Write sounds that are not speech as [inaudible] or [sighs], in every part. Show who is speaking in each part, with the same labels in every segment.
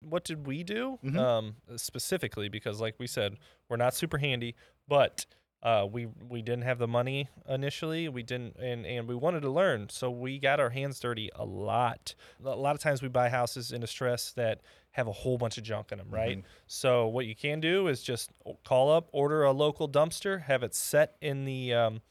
Speaker 1: what did we do um, specifically? Because like we said, we're not super handy, but uh, we we didn't have the money initially. We didn't, and and we wanted to learn, so we got our hands dirty a lot. A lot of times we buy houses in a stress that have a whole bunch of junk in them, right? So what you can do is just call up, order a local dumpster, have it set in the um,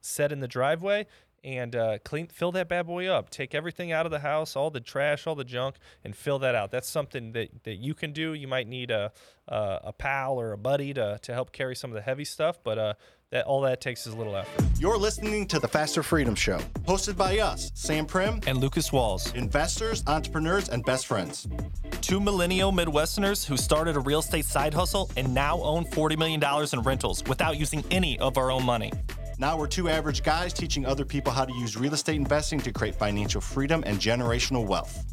Speaker 1: set in the driveway and uh, clean fill that bad boy up take everything out of the house all the trash all the junk and fill that out that's something that, that you can do you might need a, a, a pal or a buddy to, to help carry some of the heavy stuff but uh, that all that takes is a little effort
Speaker 2: You're listening to the Faster Freedom Show, hosted by us, Sam Prim,
Speaker 1: and lucas walls
Speaker 2: investors, entrepreneurs, and best friends.
Speaker 1: two millennial midwesterners who started a real estate side hustle and now own $40 million in rentals without using any of our own money
Speaker 2: Now we're two average guys teaching other people how to use real estate investing to create financial freedom and generational wealth.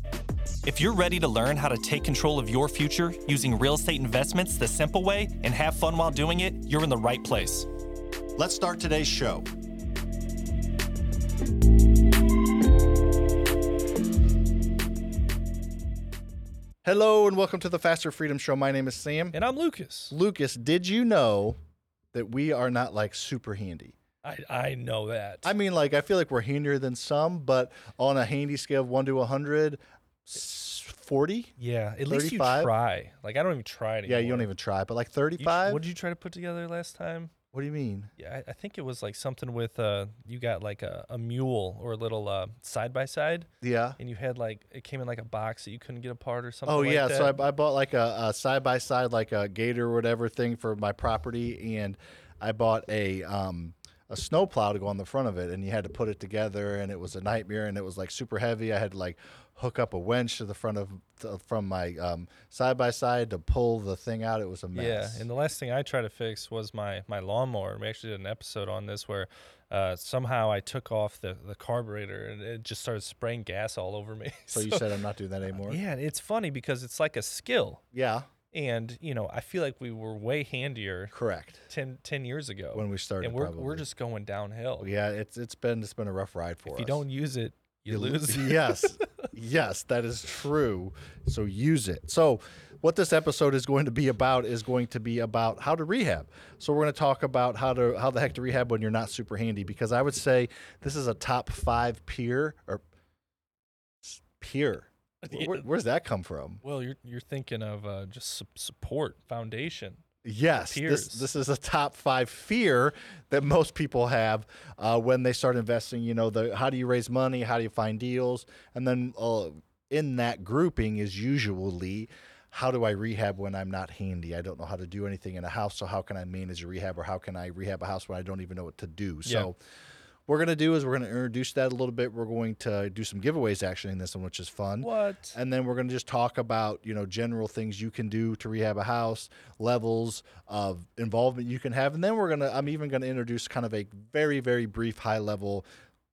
Speaker 1: If you're ready to learn how to take control of your future using real estate investments the simple way and have fun while doing it, you're in the right place.
Speaker 2: Let's start today's show. Hello and welcome to the Faster Freedom Show. My name is Sam.
Speaker 1: And I'm Lucas.
Speaker 2: Lucas, did you know that we are not like super handy?
Speaker 1: I, I know that.
Speaker 2: I mean, like, I feel like we're handier than some, but on a handy scale of one to 100, s- 40?
Speaker 1: yeah, at least you
Speaker 2: 35?
Speaker 1: try. Like I don't even try anymore.
Speaker 2: Yeah, you don't even try, but like
Speaker 1: You-
Speaker 2: 35?
Speaker 1: What did you try to put together last time?
Speaker 2: what do you mean?
Speaker 1: Yeah, I, I think it was like something with uh, you got like a, a mule or a little uh, side by side,
Speaker 2: Yeah.
Speaker 1: and you had like it came in like a box that you couldn't get apart or something.
Speaker 2: Oh,
Speaker 1: like
Speaker 2: yeah.
Speaker 1: That.
Speaker 2: So I, I bought like a, a side by side, like a gator or whatever thing for my property, and I bought a. Um, a snowplow to go on the front of it, and you had to put it together, and it was a nightmare, and it was like super heavy. I had to like hook up a winch to the front of th- from my um, side by side to pull the thing out. It was a
Speaker 1: Yeah,
Speaker 2: mess.
Speaker 1: and the last thing I tried to fix was my my lawnmower. We actually did an episode on this where uh, somehow I took off the, the carburetor and it just started spraying gas all over me. [laughs]
Speaker 2: so you said I'm not doing that anymore.
Speaker 1: yeah, and it's funny because it's like a skill,
Speaker 2: Yeah,
Speaker 1: and you know I feel like we were way handier
Speaker 2: correct.
Speaker 1: 10, 10 years ago
Speaker 2: When we started,
Speaker 1: and we're we're
Speaker 2: probably.
Speaker 1: just going downhill.
Speaker 2: yeah. It's it's been it's been a rough ride for
Speaker 1: if
Speaker 2: us.
Speaker 1: you don't use it, you,
Speaker 2: You lo-
Speaker 1: lose. [laughs] it.
Speaker 2: yes, yes, that is true. So use it. So what this episode is going to be about is going to be about how to rehab. So we're going to talk about how to how the heck to rehab when you're not super handy because I would say this is a top five peer or s- peer.
Speaker 1: [laughs]
Speaker 2: Where, where- where's that come from?
Speaker 1: Well, you're you're thinking of uh, just su- support foundation.
Speaker 2: Yes, this
Speaker 1: Peers.
Speaker 2: this is a top five fear that most people have uh, when they start investing. You know, the how do you raise money? How do you find deals? And then uh, in that grouping is usually how do I rehab when I'm not handy? I don't know how to do anything in a house. So how can I manage a rehab, or how can I rehab a house when I don't even know what to do? So we're gonna do is we're gonna introduce that a little bit. We're going to do some giveaways actually in this one, which is fun.
Speaker 1: What?
Speaker 2: And then we're going to just talk about, you know, general things you can do to rehab a house, levels of involvement you can have. And then we're going to, I'm even going to introduce kind of a very, very brief high level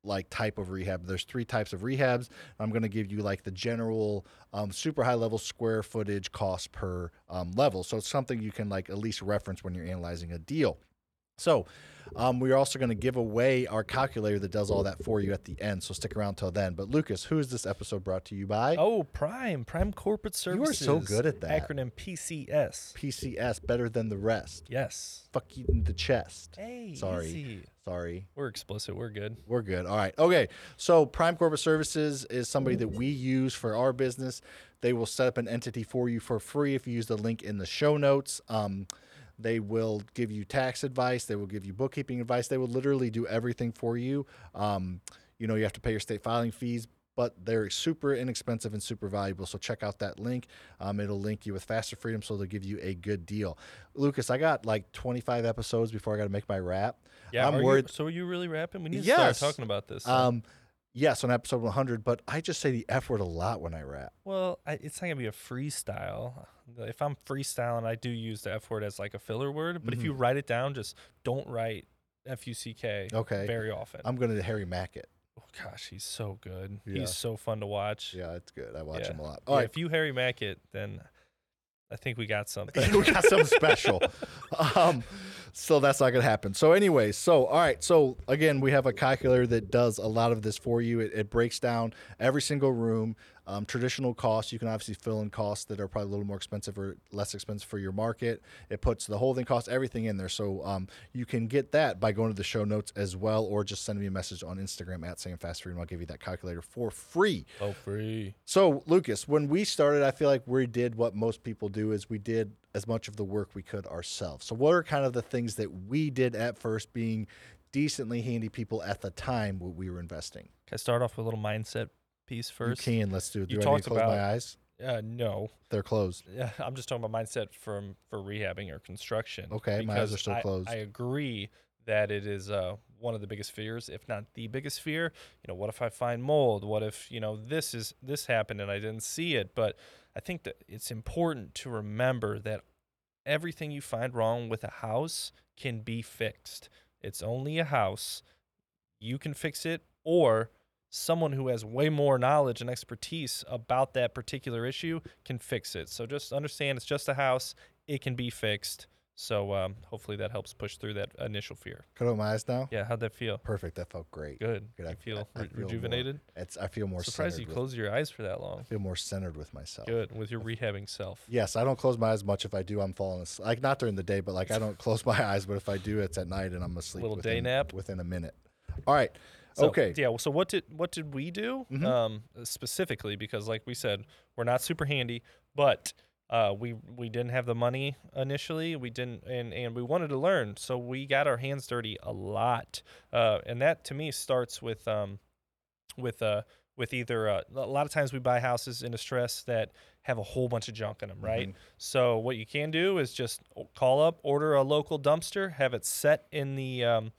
Speaker 2: like type of rehab. There's three types of rehabs. I'm going to give you like the general um, super high level square footage cost per um, level. So it's something you can like at least reference when you're analyzing a deal. So, um, we are also going to give away our calculator that does all that for you at the end. So stick around till then. But Lucas, who is this episode brought to you by?
Speaker 1: Oh, Prime, Prime Corporate
Speaker 2: You are
Speaker 1: Services.
Speaker 2: so good at that.
Speaker 1: Acronym PCS.
Speaker 2: PCS better than the rest.
Speaker 1: Yes.
Speaker 2: Fuck you in the chest.
Speaker 1: Hey,
Speaker 2: Sorry.
Speaker 1: easy.
Speaker 2: Sorry.
Speaker 1: We're explicit. We're good.
Speaker 2: We're good. All right. Okay. So Prime Corporate Services is somebody that we use for our business. They will set up an entity for you for free if you use the link in the show notes. Um, they will give you tax advice. They will give you bookkeeping advice. They will literally do everything for you. Um, you know, you have to pay your state filing fees, but they're super inexpensive and super valuable. So check out that link. Um, it'll link you with Faster Freedom, so they'll give you a good deal. Lucas, I got like 25 episodes before I got to make my wrap.
Speaker 1: Yeah.
Speaker 2: I'm
Speaker 1: are you-
Speaker 2: worried.
Speaker 1: so are you really rapping? We need to
Speaker 2: Yes.
Speaker 1: start talking about this.
Speaker 2: Um, yes, on episode 100, but I just say the F word a lot when I rap.
Speaker 1: well, I, it's not gonna be a freestyle. If I'm freestyling, I do use the F word as like a filler word.
Speaker 2: Mm-hmm.
Speaker 1: But if you write it down, just don't write F U C K.
Speaker 2: Okay.
Speaker 1: Very often.
Speaker 2: I'm going to Harry Mack it.
Speaker 1: oh gosh, he's so good.
Speaker 2: Yeah.
Speaker 1: He's so fun to watch.
Speaker 2: Yeah, it's good. I watch
Speaker 1: Yeah.
Speaker 2: him a lot.
Speaker 1: Yeah,
Speaker 2: All right,
Speaker 1: If you Harry Mack it, then I think we got something.
Speaker 2: [laughs] we got something special. Um, so that's not going to happen. So, anyway, so, all right. So, again, we have a calculator that does a lot of this for you. It, it breaks down every single room. Um, traditional costs, you can obviously fill in costs that are probably a little more expensive or less expensive for your market. It puts the holding costs, everything in there. So um, you can get that by going to the show notes as well, or just send me a message on Instagram at Sam Fast Free, and I'll give you that calculator for free.
Speaker 1: Oh, free.
Speaker 2: So Lucas, when we started, I feel like we did what most people do is we did as much of the work we could ourselves. So what are kind of the things that we did at first being decently handy people at the time when we were investing?
Speaker 1: Can I start off with a little mindset piece first?
Speaker 2: you can, let's do it. Do
Speaker 1: you
Speaker 2: I need
Speaker 1: talked
Speaker 2: to close
Speaker 1: about-
Speaker 2: my eyes?
Speaker 1: Uh, no,
Speaker 2: They're closed.
Speaker 1: Yeah, I'm just [laughs] talking about mindset from for rehabbing or construction.
Speaker 2: Okay, my eyes are
Speaker 1: because
Speaker 2: still
Speaker 1: I-
Speaker 2: closed.
Speaker 1: I agree that it is uh, one of the biggest fears, if not the biggest fear. You know, what if I find mold? What if you know this is this happened and I didn't see it? But I think that it's important to remember that everything you find wrong with a house can be fixed. It's only a house. You can fix it, or someone who has way more knowledge and expertise about that particular issue can fix it. So just understand it's just a house, it can be fixed. So um, hopefully that helps push through that initial fear.
Speaker 2: Could I open my eyes now?
Speaker 1: Yeah, how'd that feel?
Speaker 2: Perfect. That felt great.
Speaker 1: Good.
Speaker 2: Good.
Speaker 1: You
Speaker 2: I-
Speaker 1: feel,
Speaker 2: I- I
Speaker 1: re-
Speaker 2: feel more
Speaker 1: rejuvenated?
Speaker 2: It's I feel more
Speaker 1: Surprised you
Speaker 2: centered
Speaker 1: closed your eyes for that long.
Speaker 2: With, feel more centered with myself.
Speaker 1: Good with your rehabbing self.
Speaker 2: Yes, I don't close my eyes much. If I do, I'm falling asleep. Like not during the day, but like I don't close my [laughs] eyes. But if I do, it's at night and I'm asleep.
Speaker 1: Little day
Speaker 2: within-
Speaker 1: nap.
Speaker 2: within a minute. All right.
Speaker 1: So,
Speaker 2: okay.
Speaker 1: Yeah. well, So what did what did we do
Speaker 2: Mhm.
Speaker 1: um, specifically? Because like we said, we're not super handy, but uh, we we didn't have the money initially. We didn't, and and we wanted to learn, so we got our hands dirty a lot. Uh, and that to me starts with um, with uh, with either uh, a lot of times we buy houses in a stress that have a whole bunch of junk in them, right? So what you can do is just o- call up, order a local dumpster, have it set in the um,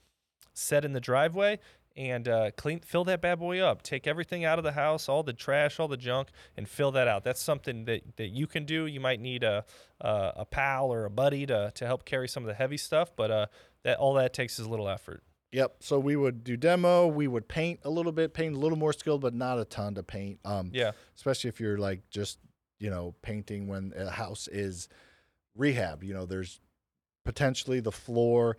Speaker 1: set in the driveway, and uh, clean fill that bad boy up. Take everything out of the house, all the trash, all the junk, and fill that out. That's something that, that you can do. You might need a uh, a pal or a buddy to to help carry some of the heavy stuff, but uh, that all that takes is a little effort.
Speaker 2: Yep. So we would do demo. We would paint a little bit, paint a little more skilled, but not a ton to paint. Um,
Speaker 1: Yeah,
Speaker 2: Especially if you're like just, you know, painting when a house is rehab. You know, there's potentially the floor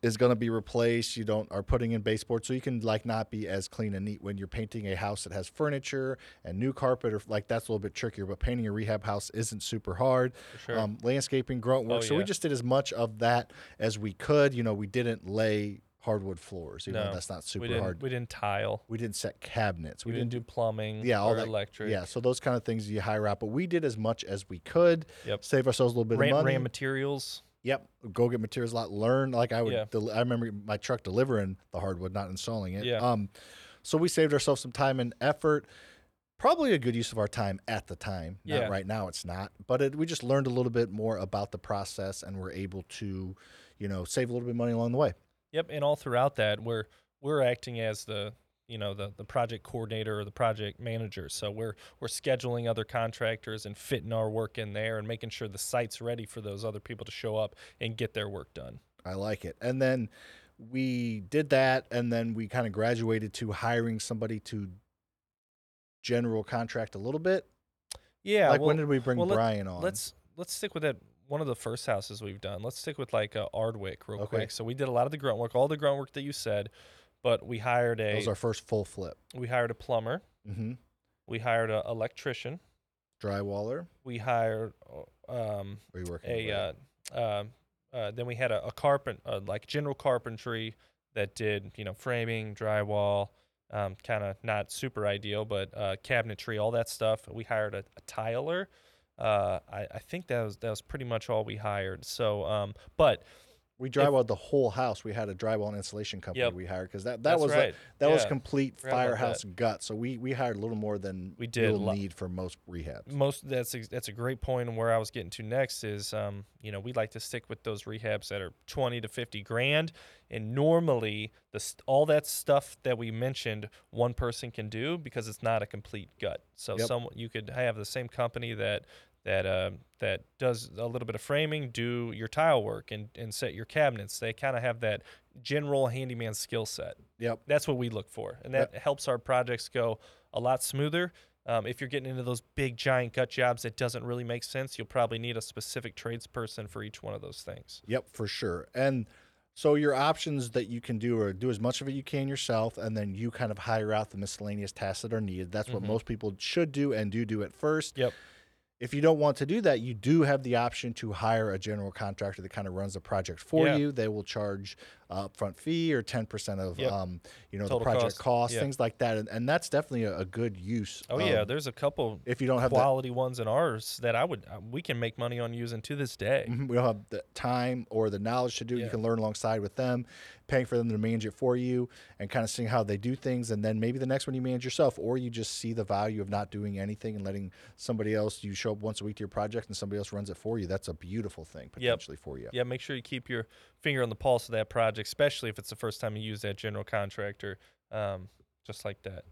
Speaker 2: is going to be replaced. You don't are putting in baseboards, so you can like not be as clean and neat when you're painting a house that has furniture and new carpet or like that's a little bit trickier. But painting a rehab house isn't super hard
Speaker 1: for sure.
Speaker 2: um, landscaping, grunt work.
Speaker 1: Oh,
Speaker 2: So we
Speaker 1: yeah.
Speaker 2: just did as much of that as we could. You know, we didn't lay hardwood floors. You know,
Speaker 1: No,
Speaker 2: that's not
Speaker 1: we
Speaker 2: super
Speaker 1: didn't
Speaker 2: hard.
Speaker 1: we didn't tile.
Speaker 2: We didn't set cabinets.
Speaker 1: We, didn't, do plumbing.
Speaker 2: Yeah, all
Speaker 1: or
Speaker 2: that-
Speaker 1: electric.
Speaker 2: Yeah, so those kind of things you hire out, but we did as much as we could.
Speaker 1: Yep.
Speaker 2: Save ourselves a little bit of
Speaker 1: Ran,
Speaker 2: money.
Speaker 1: ran materials.
Speaker 2: yep. Go get materials a lot. Learn like I would.
Speaker 1: Yeah.
Speaker 2: del- I remember my truck delivering the hardwood, not installing it.
Speaker 1: Yeah.
Speaker 2: Um, so we saved ourselves some time and effort. Probably a good use of our time at the time. Not
Speaker 1: Yeah.
Speaker 2: right now, it's not. But it, we just learned a little bit more about the process, and we're able to, you know, save a little bit of money along the way.
Speaker 1: Yep, and all throughout that, we're we're acting as the you know the the project coordinator or the project manager. So we're we're scheduling other contractors and fitting our work in there and making sure the site's ready for those other people to show up and get their work done.
Speaker 2: I like it. And then we did that, and then we kind of graduated to hiring somebody to general contract a little bit.
Speaker 1: Yeah,
Speaker 2: like when did we bring
Speaker 1: well, let-
Speaker 2: Brian on?
Speaker 1: Let's let's stick with that. One of the first houses we've done. Let's stick with like uh, Ardwick real
Speaker 2: Okay.
Speaker 1: quick. So we did a lot of the grunt work, all the grunt work that you said, but we hired
Speaker 2: that
Speaker 1: a
Speaker 2: was our first full flip.
Speaker 1: we hired a plumber,
Speaker 2: Mm-hmm.
Speaker 1: we hired an electrician,
Speaker 2: Drywaller.
Speaker 1: we hired uh, um,
Speaker 2: Are you working?
Speaker 1: a
Speaker 2: away?
Speaker 1: uh, um, uh, then we had a, a carpent uh, like general carpentry that did you know framing drywall um, kind of not super ideal but uh, cabinetry all that stuff we hired a, a tiler uh, I, I think that was that was pretty much all we hired so um, but
Speaker 2: we drywalled the whole house. We had a drywall and insulation company
Speaker 1: Yep.
Speaker 2: we hired because that, that
Speaker 1: that's
Speaker 2: was like,
Speaker 1: right
Speaker 2: that was
Speaker 1: Yeah.
Speaker 2: complete
Speaker 1: Forgot about
Speaker 2: firehouse gut. So we we hired a little more than
Speaker 1: We did a
Speaker 2: we'll
Speaker 1: lot.
Speaker 2: need for most rehabs.
Speaker 1: most that's ex- that's a great point and where I was getting to next is um you know we like to stick with those rehabs that are 20 to 50 grand and normally the st- all that stuff that we mentioned one person can do because it's not a complete gut so
Speaker 2: Yep.
Speaker 1: some you could have the same company that that uh, that does a little bit of framing do your tile work and and set your cabinets they kind of have that general handyman skill set
Speaker 2: Yep.
Speaker 1: that's what we look for, and that helps our projects go a lot smoother. Um, if you're getting into those big giant gut jobs that doesn't really make sense, you'll probably need a specific tradesperson for each one of those things.
Speaker 2: Yep, for sure. And So your options that you can do are do as much of it you can yourself, and then you kind of hire out the miscellaneous tasks that are needed. That's what
Speaker 1: Mhm.
Speaker 2: most people should do and do do at first.
Speaker 1: Yep.
Speaker 2: If you don't want to do that, you do have the option to hire a general contractor that kind of runs the project for
Speaker 1: Yeah.
Speaker 2: you. They will charge uh, upfront fee or ten percent of
Speaker 1: Yep.
Speaker 2: um, you know the
Speaker 1: Total
Speaker 2: project cost,
Speaker 1: cost. Yeah.
Speaker 2: things like that, and, and that's definitely a, a good use.
Speaker 1: Oh
Speaker 2: of-
Speaker 1: yeah, there's a couple
Speaker 2: Um, if you don't have that
Speaker 1: quality ones in ours that I would uh, we can make money on using to this day.
Speaker 2: Mhm. [laughs] We don't have the time or the knowledge to do. it. You
Speaker 1: Yeah.
Speaker 2: can learn alongside with them, paying for them to manage it for you, and kind of seeing how they do things. And then maybe the next one you manage yourself, or you just see the value of not doing anything and letting somebody else. You show up once a week to your project, and somebody else runs it for you. That's a beautiful thing potentially for you.
Speaker 1: Yeah, make sure you keep your finger on the pulse of that project, especially if it's the first time you use that general contractor, um, just like that,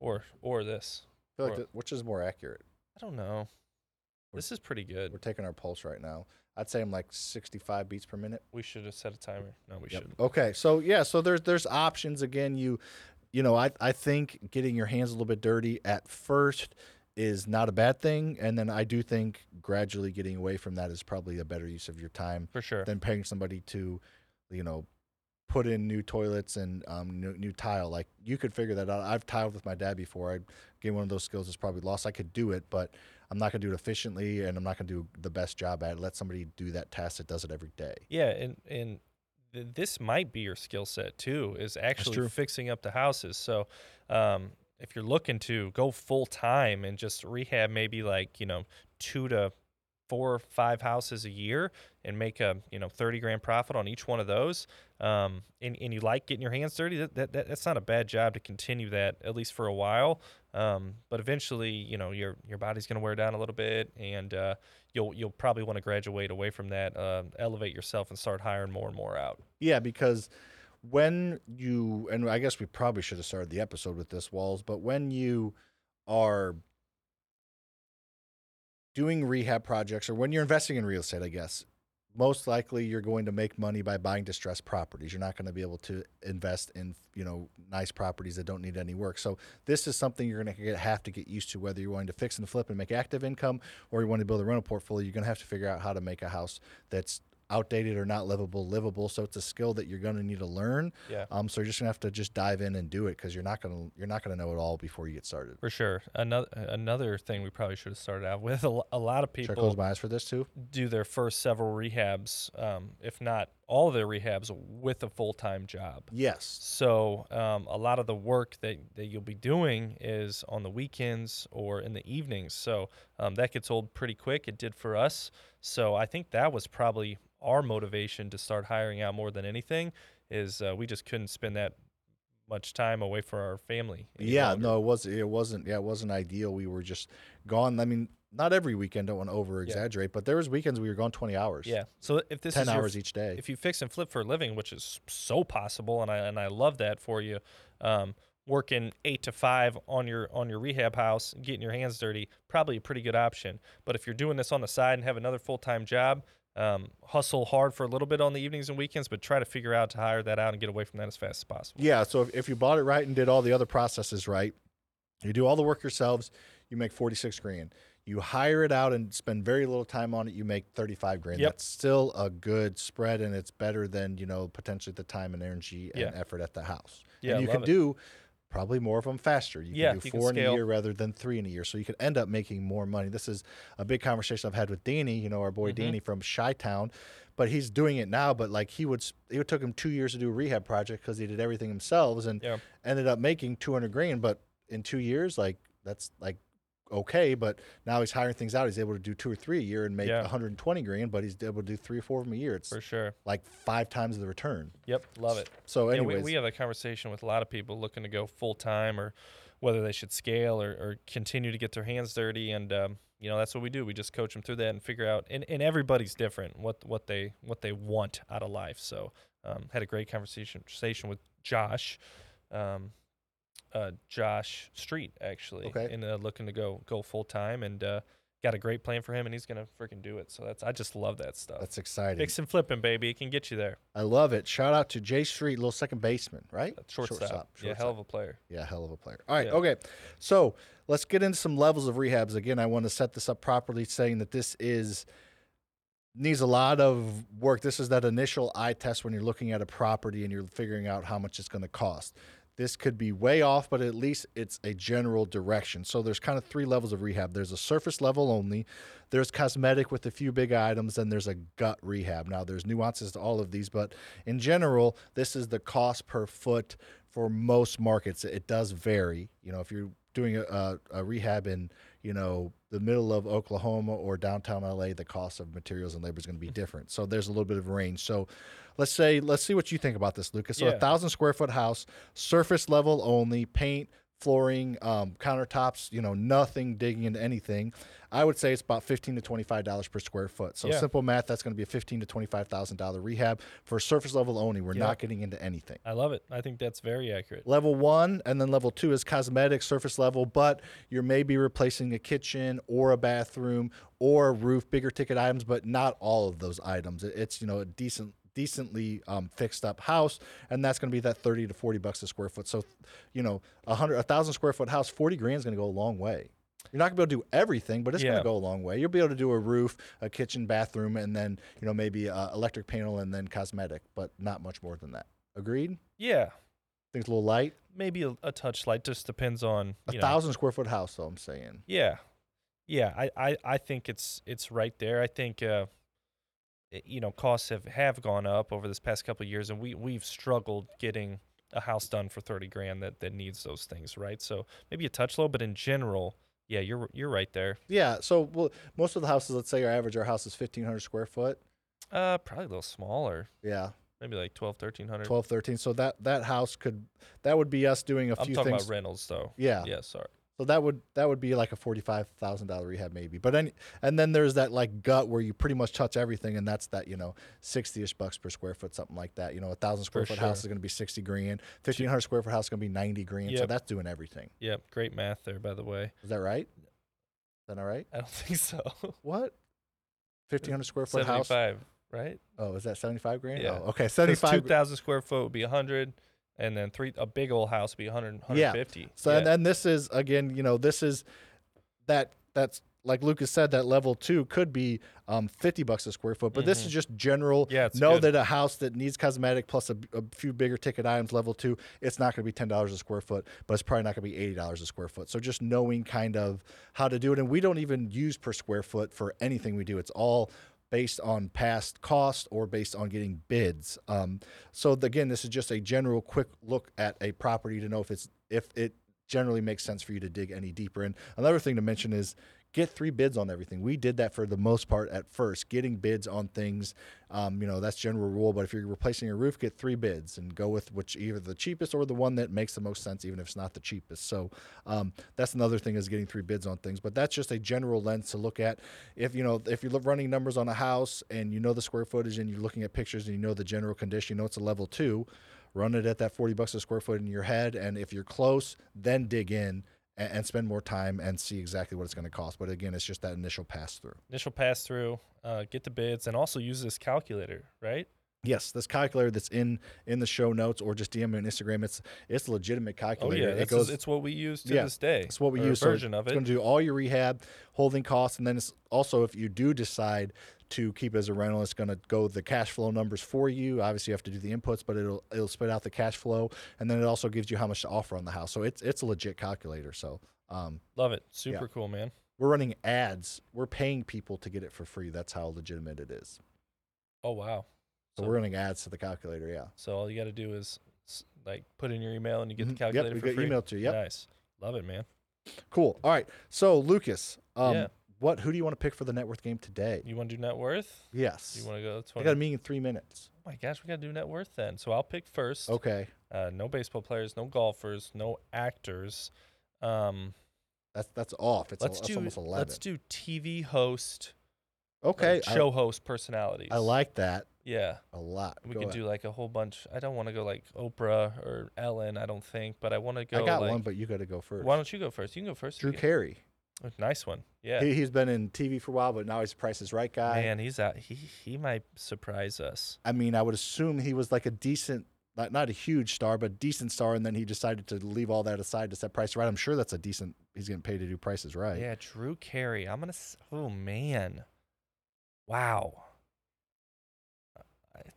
Speaker 1: or or this.
Speaker 2: I feel like
Speaker 1: Or-
Speaker 2: that- which is more accurate?
Speaker 1: I don't know. This is pretty
Speaker 2: We're
Speaker 1: good.
Speaker 2: taking our pulse right now. I'd say I'm like 65 beats per minute.
Speaker 1: We should have set a timer. No, we
Speaker 2: Yep.
Speaker 1: shouldn't.
Speaker 2: Okay, so yeah, so there's there's options again. You, you know, I I think getting your hands a little bit dirty at first is not a bad thing, and then I do think gradually getting away from that is probably a better use of your time
Speaker 1: For sure.
Speaker 2: than paying somebody to, you know, put in new toilets and um, new, new tile. Like you could figure that out. I've tiled with my dad before. I gained one of those skills that's probably lost. I could do it, but I'm not gonna do it efficiently, and I'm not gonna do the best job at it. Let somebody do that task that does it every day.
Speaker 1: Yeah, and and th- this might be your skill set too is actually
Speaker 2: true.
Speaker 1: fixing up the houses. So, um, if you're looking to go full time and just rehab maybe like you know two to four or five houses a year and make a you know 30 grand profit on each one of those um, and, and you like getting your hands dirty that, that, that that's not a bad job to continue that at least for a while um, but eventually you know your your body's going to wear down a little bit and uh, you'll you'll probably want to graduate away from that, uh, elevate yourself, and start hiring more and more out.
Speaker 2: Yeah, because when you and I guess we probably should have started the episode with this walls, but when you are doing rehab projects or when you're investing in real estate, I guess most likely you're going to make money by buying distressed properties. You're not going to be able to invest in, you know, nice properties that don't need any work. So this is something you're going to get, have to get used to whether you're wanting to fix and flip and make active income or you want to build a rental portfolio, you're going to have to figure out how to make a house that's outdated or not livable livable. So it's a skill that you're going to need to learn.
Speaker 1: Yeah.
Speaker 2: Um so you're just going to have to just dive in and do it cuz you're not going to you're not going to know it all before you get started.
Speaker 1: For sure. Another another thing we probably should have started out with. A, lo- a lot of
Speaker 2: Should I
Speaker 1: people
Speaker 2: close my eyes for
Speaker 1: [laughs]
Speaker 2: this too?
Speaker 1: do their first several rehabs, um, if not all of their rehabs, with a full time job.
Speaker 2: Yes.
Speaker 1: So um, a lot of the work that, that you'll be doing is on the weekends or in the evenings. So um, that gets old pretty quick. It did for us. So I think that was probably our motivation to start hiring out more than anything is uh, we just couldn't spend that much time away from our family. any
Speaker 2: yeah
Speaker 1: longer.
Speaker 2: no it was it wasn't yeah it wasn't ideal we were just gone i mean not every weekend don't want to over exaggerate but there was weekends we were gone 20 hours
Speaker 1: Yeah. So if this
Speaker 2: 10
Speaker 1: is your
Speaker 2: hours each day
Speaker 1: if you fix and flip for a living, which is so possible, and I and I love that for you, um, working eight to five on your on your rehab house, getting your hands dirty, probably a pretty good option. But if you're doing this on the side and have another full time job, um, hustle hard for a little bit on the evenings and weekends, but try to figure out to hire that out and get away from that as fast as possible.
Speaker 2: yeah so if, if you bought it right and did all the other processes right you do all the work yourselves you make 46 grand you hire it out and spend very little time on it you make 35 grand
Speaker 1: Yep.
Speaker 2: that's still a good spread and it's better than you know potentially the time and energy and
Speaker 1: Yeah.
Speaker 2: effort at the house
Speaker 1: Yeah,
Speaker 2: and you
Speaker 1: love
Speaker 2: can
Speaker 1: it.
Speaker 2: do probably more of them faster. You
Speaker 1: Yeah,
Speaker 2: can do
Speaker 1: you can
Speaker 2: four in a
Speaker 1: scale.
Speaker 2: year rather than three in a year. So you could end up making more money. This is a big conversation I've had with Danny, you know, our boy
Speaker 1: Mm-hmm.
Speaker 2: Danny from Chi Town, but he's doing it now. But like he would, s- it took him two years to do a rehab project because he did everything themselves and
Speaker 1: Yeah.
Speaker 2: ended up making 200 grand. But in two years, like that's like, okay. But now he's hiring things out. He's able to do two or three a year and make
Speaker 1: Yeah.
Speaker 2: 120 grand, but he's able to do three or four of them a year. It's
Speaker 1: For sure.
Speaker 2: like five times the return.
Speaker 1: Yep. Love it.
Speaker 2: So
Speaker 1: Yeah,
Speaker 2: anyways,
Speaker 1: we, we have a conversation with a lot of people looking to go full time or whether they should scale or, or continue to get their hands dirty. And, um, you know, that's what we do. We just coach them through that and figure out, and, and everybody's different what, what they, what they want out of life. So, um, had a great conversation conversation with Josh, um, uh, Josh Street actually,
Speaker 2: Okay.
Speaker 1: and uh, looking to go, go full time and, uh, got a great plan for him and he's going to freaking do it. So that's, I just love that stuff.
Speaker 2: that's exciting.
Speaker 1: Fix and flipping, baby. It can get you there.
Speaker 2: I love it. Shout out to Jay Street, little second baseman, right?
Speaker 1: Shortstop. yeah, hell of a player.
Speaker 2: yeah, hell of a player. All right,
Speaker 1: Yeah.
Speaker 2: okay. So let's get into some levels of rehabs. Again, I want to set this up properly, saying that this is needs a lot of work. This is that initial eye test when you're looking at a property and you're figuring out how much it's going to cost. This could be way off, but at least it's a general direction. So there's kind of three levels of rehab. There's a surface level only, there's cosmetic with a few big items, and there's a gut rehab. Now there's nuances to all of these, but in general, this is the cost per foot for most markets. It does vary. You know, if you're doing a, a, a rehab in you know the middle of Oklahoma or downtown LA, the cost of materials and labor is
Speaker 1: Mm-hmm.
Speaker 2: going to be different. So there's a little bit of range. So let's say let's see what you think about this, Lucas. So
Speaker 1: Yeah.
Speaker 2: a thousand square foot house, surface level only, paint, flooring, um, countertops, you know, nothing digging into anything. I would say it's about fifteen to twenty five dollars per square foot. So
Speaker 1: Yeah.
Speaker 2: simple math, that's going to be a fifteen to twenty five thousand dollar rehab for surface level only. We're
Speaker 1: Yeah.
Speaker 2: not getting into anything
Speaker 1: I love it. I think that's very accurate.
Speaker 2: level one and then level two is cosmetic surface level but you're maybe replacing a kitchen or a bathroom or a roof bigger ticket items but not all of those items It- it's you know a decent decently um, fixed up house and that's going to be that 30 to 40 bucks a square foot so you know a hundred a thousand square foot house 40 grand is going to go a long way you're not going to be able to do everything, but it's going
Speaker 1: Yeah.
Speaker 2: to go a long way. You'll be able to do a roof, a kitchen, bathroom, and then you know maybe uh, electric panel, and then cosmetic, but not much more than that. Agreed?
Speaker 1: Yeah,
Speaker 2: Think it's a little light.
Speaker 1: maybe a, a touch light. Just depends on
Speaker 2: A
Speaker 1: you know,
Speaker 2: thousand square foot house, though I'm saying.
Speaker 1: Yeah, yeah. I, I, I think it's it's right there. I think uh, i- you know costs have, have gone up over this past couple of years, and we we've struggled getting a house done for thirty grand that that needs those things, right? So maybe a touch low, but in general, yeah, you're you're right there.
Speaker 2: Yeah. So well, most of the houses, let's say our average, our house is fifteen hundred square foot.
Speaker 1: Uh, probably a little smaller,
Speaker 2: Yeah,
Speaker 1: maybe like twelve, thirteen hundred.
Speaker 2: 12, 13. So that that house could that would be us doing a
Speaker 1: I'm
Speaker 2: few
Speaker 1: talking
Speaker 2: things.
Speaker 1: about rentals though.
Speaker 2: yeah.
Speaker 1: Yeah, sorry.
Speaker 2: So that would that would be like a forty five thousand dollar rehab maybe. But any, and then there's that like gut where you pretty much touch everything, and that's that you know sixty ish bucks per square foot, something like that. You know, a thousand square
Speaker 1: For
Speaker 2: foot house
Speaker 1: sure.
Speaker 2: is going to be sixty grand. Fifteen hundred square foot house is going to be ninety grand. So
Speaker 1: Yep.
Speaker 2: that's doing everything.
Speaker 1: Yeah, great math there, by the way.
Speaker 2: Is that right? Is that all right?
Speaker 1: I don't [laughs] think so.
Speaker 2: What? Fifteen hundred square foot house.
Speaker 1: Seventy-five, right?
Speaker 2: Oh, is that 75 grand?
Speaker 1: Yeah.
Speaker 2: Oh, okay.
Speaker 1: Because
Speaker 2: 75.
Speaker 1: Two thousand square foot would be a hundred, and then three a big old house would be a hundred,
Speaker 2: Yeah.
Speaker 1: hundred fifty.
Speaker 2: so and then this is again, you know, this is that that's like Lucas said that level 2 could be um 50 bucks a square foot, but this is just general
Speaker 1: Mm-hmm. Yeah, it's
Speaker 2: know
Speaker 1: good.
Speaker 2: that a house that needs cosmetic plus a, a few bigger ticket items level 2, it's not going to be $10 a square foot, but it's probably not going to be $80 a square foot. So just knowing kind of how to do it and we don't even use per square foot for anything we do. It's all based on past cost or based on getting bids. Um, so th- again, this is just a general quick look at a property to know if it's if it generally makes sense for you to dig any deeper. And another thing to mention is get three bids on everything. We did that for the most part at first, getting bids on things. Um, you know, that's general rule. But if you're replacing your roof, get three bids and go with which either the cheapest or the one that makes the most sense, even if it's not the cheapest. So um, that's another thing is getting three bids on things. But that's just a general lens to look at. If you know, if you're lo- running numbers on a house and you know the square footage and you're looking at pictures and you know the general condition, you know it's a level two. Run it at that 40 bucks a square foot in your head. And if you're close, then dig in and, and spend more time and see exactly what it's going to cost. But again, it's just that initial pass through.
Speaker 1: initial pass through, uh, get the bids, and also use this calculator, right?
Speaker 2: Yes, this calculator that's in in the show notes or just DM me on Instagram. It's it's a legitimate
Speaker 1: Oh
Speaker 2: calculator.
Speaker 1: yeah,
Speaker 2: it
Speaker 1: it's,
Speaker 2: goes.
Speaker 1: it's what we use to
Speaker 2: yeah,
Speaker 1: this day.
Speaker 2: it's what we
Speaker 1: or a
Speaker 2: use. so
Speaker 1: version of
Speaker 2: It's
Speaker 1: it.
Speaker 2: going to do all your rehab, holding costs, and then it's also if you do decide to keep it as a rental, it's going to go the cash flow numbers for you. Obviously, you have to do the inputs, but it'll it'll spit out the cash flow, and then it also gives you how much to offer on the house. So it's it's a legit calculator. So um,
Speaker 1: Love it. Super cool, man.
Speaker 2: we're running ads. We're paying people to get it for free. That's how legitimate it is.
Speaker 1: Oh wow.
Speaker 2: So,
Speaker 1: So-
Speaker 2: we're running ads to the calculator. Yeah.
Speaker 1: So all you got to do is s- like put in your email and you get the
Speaker 2: Mhm. Yep,
Speaker 1: calculator
Speaker 2: we
Speaker 1: for
Speaker 2: get
Speaker 1: free.
Speaker 2: emailed to you. Yep.
Speaker 1: Nice. Love it, man.
Speaker 2: Cool. All right. So Lucas, um,
Speaker 1: Yeah.
Speaker 2: what who do you want to pick for the net worth game today?
Speaker 1: You want to do net worth?
Speaker 2: Yes.
Speaker 1: You want to go?
Speaker 2: I
Speaker 1: 20?
Speaker 2: got a meeting in three minutes.
Speaker 1: oh my gosh, we got to do net worth then. So I'll pick first.
Speaker 2: Okay.
Speaker 1: Uh, no baseball players, no golfers, no actors. Um,
Speaker 2: That's that's off. It's al-
Speaker 1: let's
Speaker 2: that's
Speaker 1: do
Speaker 2: almost eleven.
Speaker 1: let's do TV host,
Speaker 2: okay.
Speaker 1: like,
Speaker 2: I-
Speaker 1: show host personalities.
Speaker 2: I, like that
Speaker 1: Yeah,
Speaker 2: a lot.
Speaker 1: we
Speaker 2: Go
Speaker 1: could
Speaker 2: ahead.
Speaker 1: do like a whole bunch. I don't want to go like Oprah or Ellen. I don't think, but I want to go.
Speaker 2: I got
Speaker 1: like,
Speaker 2: one, but you got to go first.
Speaker 1: why don't you go first? You can go first. if
Speaker 2: Drew
Speaker 1: you-
Speaker 2: Carey.
Speaker 1: Oh, Nice one. Yeah,
Speaker 2: He, he's been in TV for a while, but now he's a Price is Right guy.
Speaker 1: man, he's out. He he might surprise us.
Speaker 2: I mean, I would assume he was like a decent, not, not a huge star, but decent star, and then he decided to leave all that aside to set Price is Right. I'm sure that's a decent. He's getting paid to do Prices Right.
Speaker 1: Yeah, Drew Carey. I'm gonna. s- Oh man, wow.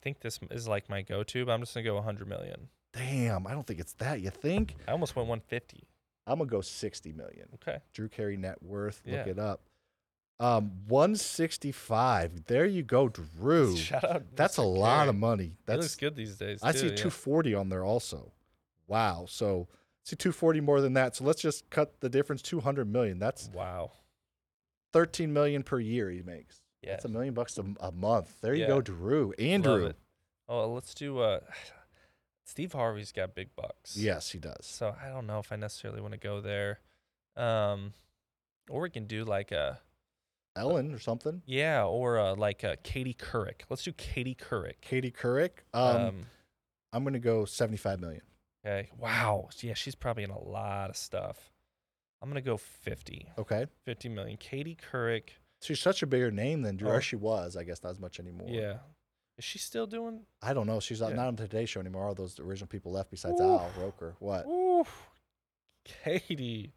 Speaker 1: think this is like my go-to, but I'm just gonna go 100 million.
Speaker 2: Damn, I don't think it's that. You think?
Speaker 1: I almost went 150.
Speaker 2: I'm gonna go 60 million.
Speaker 1: Okay. [laughs]
Speaker 2: Drew Carey net worth. Look
Speaker 1: Yeah.
Speaker 2: it up. Um, 165. There you go, Drew.
Speaker 1: Shout out.
Speaker 2: That's a
Speaker 1: Mr.
Speaker 2: lot
Speaker 1: Carey.
Speaker 2: of money.
Speaker 1: He looks
Speaker 2: That's
Speaker 1: good these days.
Speaker 2: I
Speaker 1: too,
Speaker 2: see
Speaker 1: yeah.
Speaker 2: 240 on there also. Wow. So I see 240 more than that. So let's just cut the difference. 200 million. That's
Speaker 1: Wow.
Speaker 2: 13 million per year he makes.
Speaker 1: Yeah.
Speaker 2: That's a million bucks a, a month. There you
Speaker 1: Yeah.
Speaker 2: go, Drew.
Speaker 1: Love
Speaker 2: Andrew.
Speaker 1: it. Oh, let's do. Uh, [sighs] Steve Harvey's got big bucks.
Speaker 2: Yes, he does.
Speaker 1: So I don't know if I necessarily want to go there. Um, or we can do like a
Speaker 2: Ellen or something.
Speaker 1: yeah, or uh like a Katie Couric. Let's do Katie Couric.
Speaker 2: Katie Couric. Um,
Speaker 1: Um,
Speaker 2: I'm gonna go 75 million.
Speaker 1: okay. Wow. Yeah, she's probably in a lot of stuff. I'm gonna go 50,
Speaker 2: Okay.
Speaker 1: 50 million. Katie Couric.
Speaker 2: She's such a bigger name than Drew.
Speaker 1: Oh.
Speaker 2: Or she was, I guess, not as much anymore.
Speaker 1: Yeah. Is she still doing?
Speaker 2: I don't know. She's not
Speaker 1: Yeah.
Speaker 2: not on the Today Show anymore. All those original people left besides
Speaker 1: Ooh.
Speaker 2: Al Roker. What?
Speaker 1: Ooh, Katie.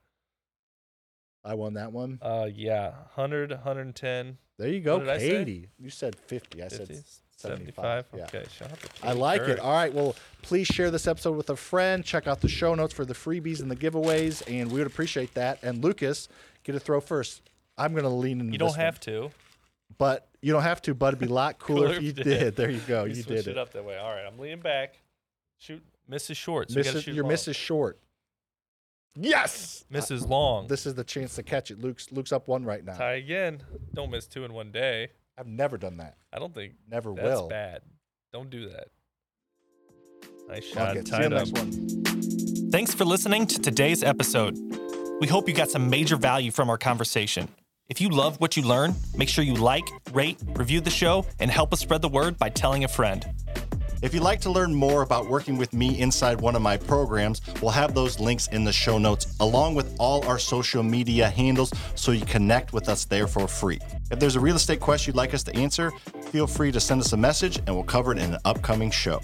Speaker 2: I won that one.
Speaker 1: Uh, yeah, 100, 110,
Speaker 2: There you go,
Speaker 1: what did I say?
Speaker 2: Katie. You said 50. I
Speaker 1: 50,
Speaker 2: said
Speaker 1: 75.
Speaker 2: 75. Yeah.
Speaker 1: Okay, shout out to Katie
Speaker 2: I like it.
Speaker 1: Couric.
Speaker 2: All right. Well, please share this episode with a friend. Check out the show notes for the freebies and the giveaways, and we would appreciate that. And Lucas, get a throw first. I'm Oh, gonna lean into
Speaker 1: You don't
Speaker 2: this
Speaker 1: have to.
Speaker 2: one, but you don't have to. But it'd be a
Speaker 1: [laughs]
Speaker 2: lot cooler if you did. There you go.
Speaker 1: You,
Speaker 2: You
Speaker 1: switched
Speaker 2: did
Speaker 1: it.
Speaker 2: it.
Speaker 1: up that way. All right, I'm leaning back. Shoot, Mrs. Short. So you gotta
Speaker 2: Mrs.
Speaker 1: shoot
Speaker 2: Your
Speaker 1: long.
Speaker 2: Mrs. Short. Yes.
Speaker 1: Mrs. Long.
Speaker 2: This is the chance to catch it. Luke's Luke's up one right now.
Speaker 1: Tie again. Don't miss two in one day.
Speaker 2: I've never done that.
Speaker 1: I don't think
Speaker 2: Never
Speaker 1: that's
Speaker 2: will.
Speaker 1: bad. Don't do that. Nice
Speaker 2: Fuck
Speaker 1: shot.
Speaker 2: it. See you in
Speaker 1: Tied
Speaker 2: the
Speaker 1: up.
Speaker 2: next one.
Speaker 3: Thanks for listening to today's episode. We hope you got some major value from our conversation. If you love what you learn, make sure you like, rate, review the show, and help us spread the word by telling a friend.
Speaker 4: If you'd like to learn more about working with me inside one of my programs, we'll have those links in the show notes, along with all our social media handles, so you connect with us there for free. If there's a real estate question you'd like us to answer, feel free to send us a message and we'll cover it in an upcoming show.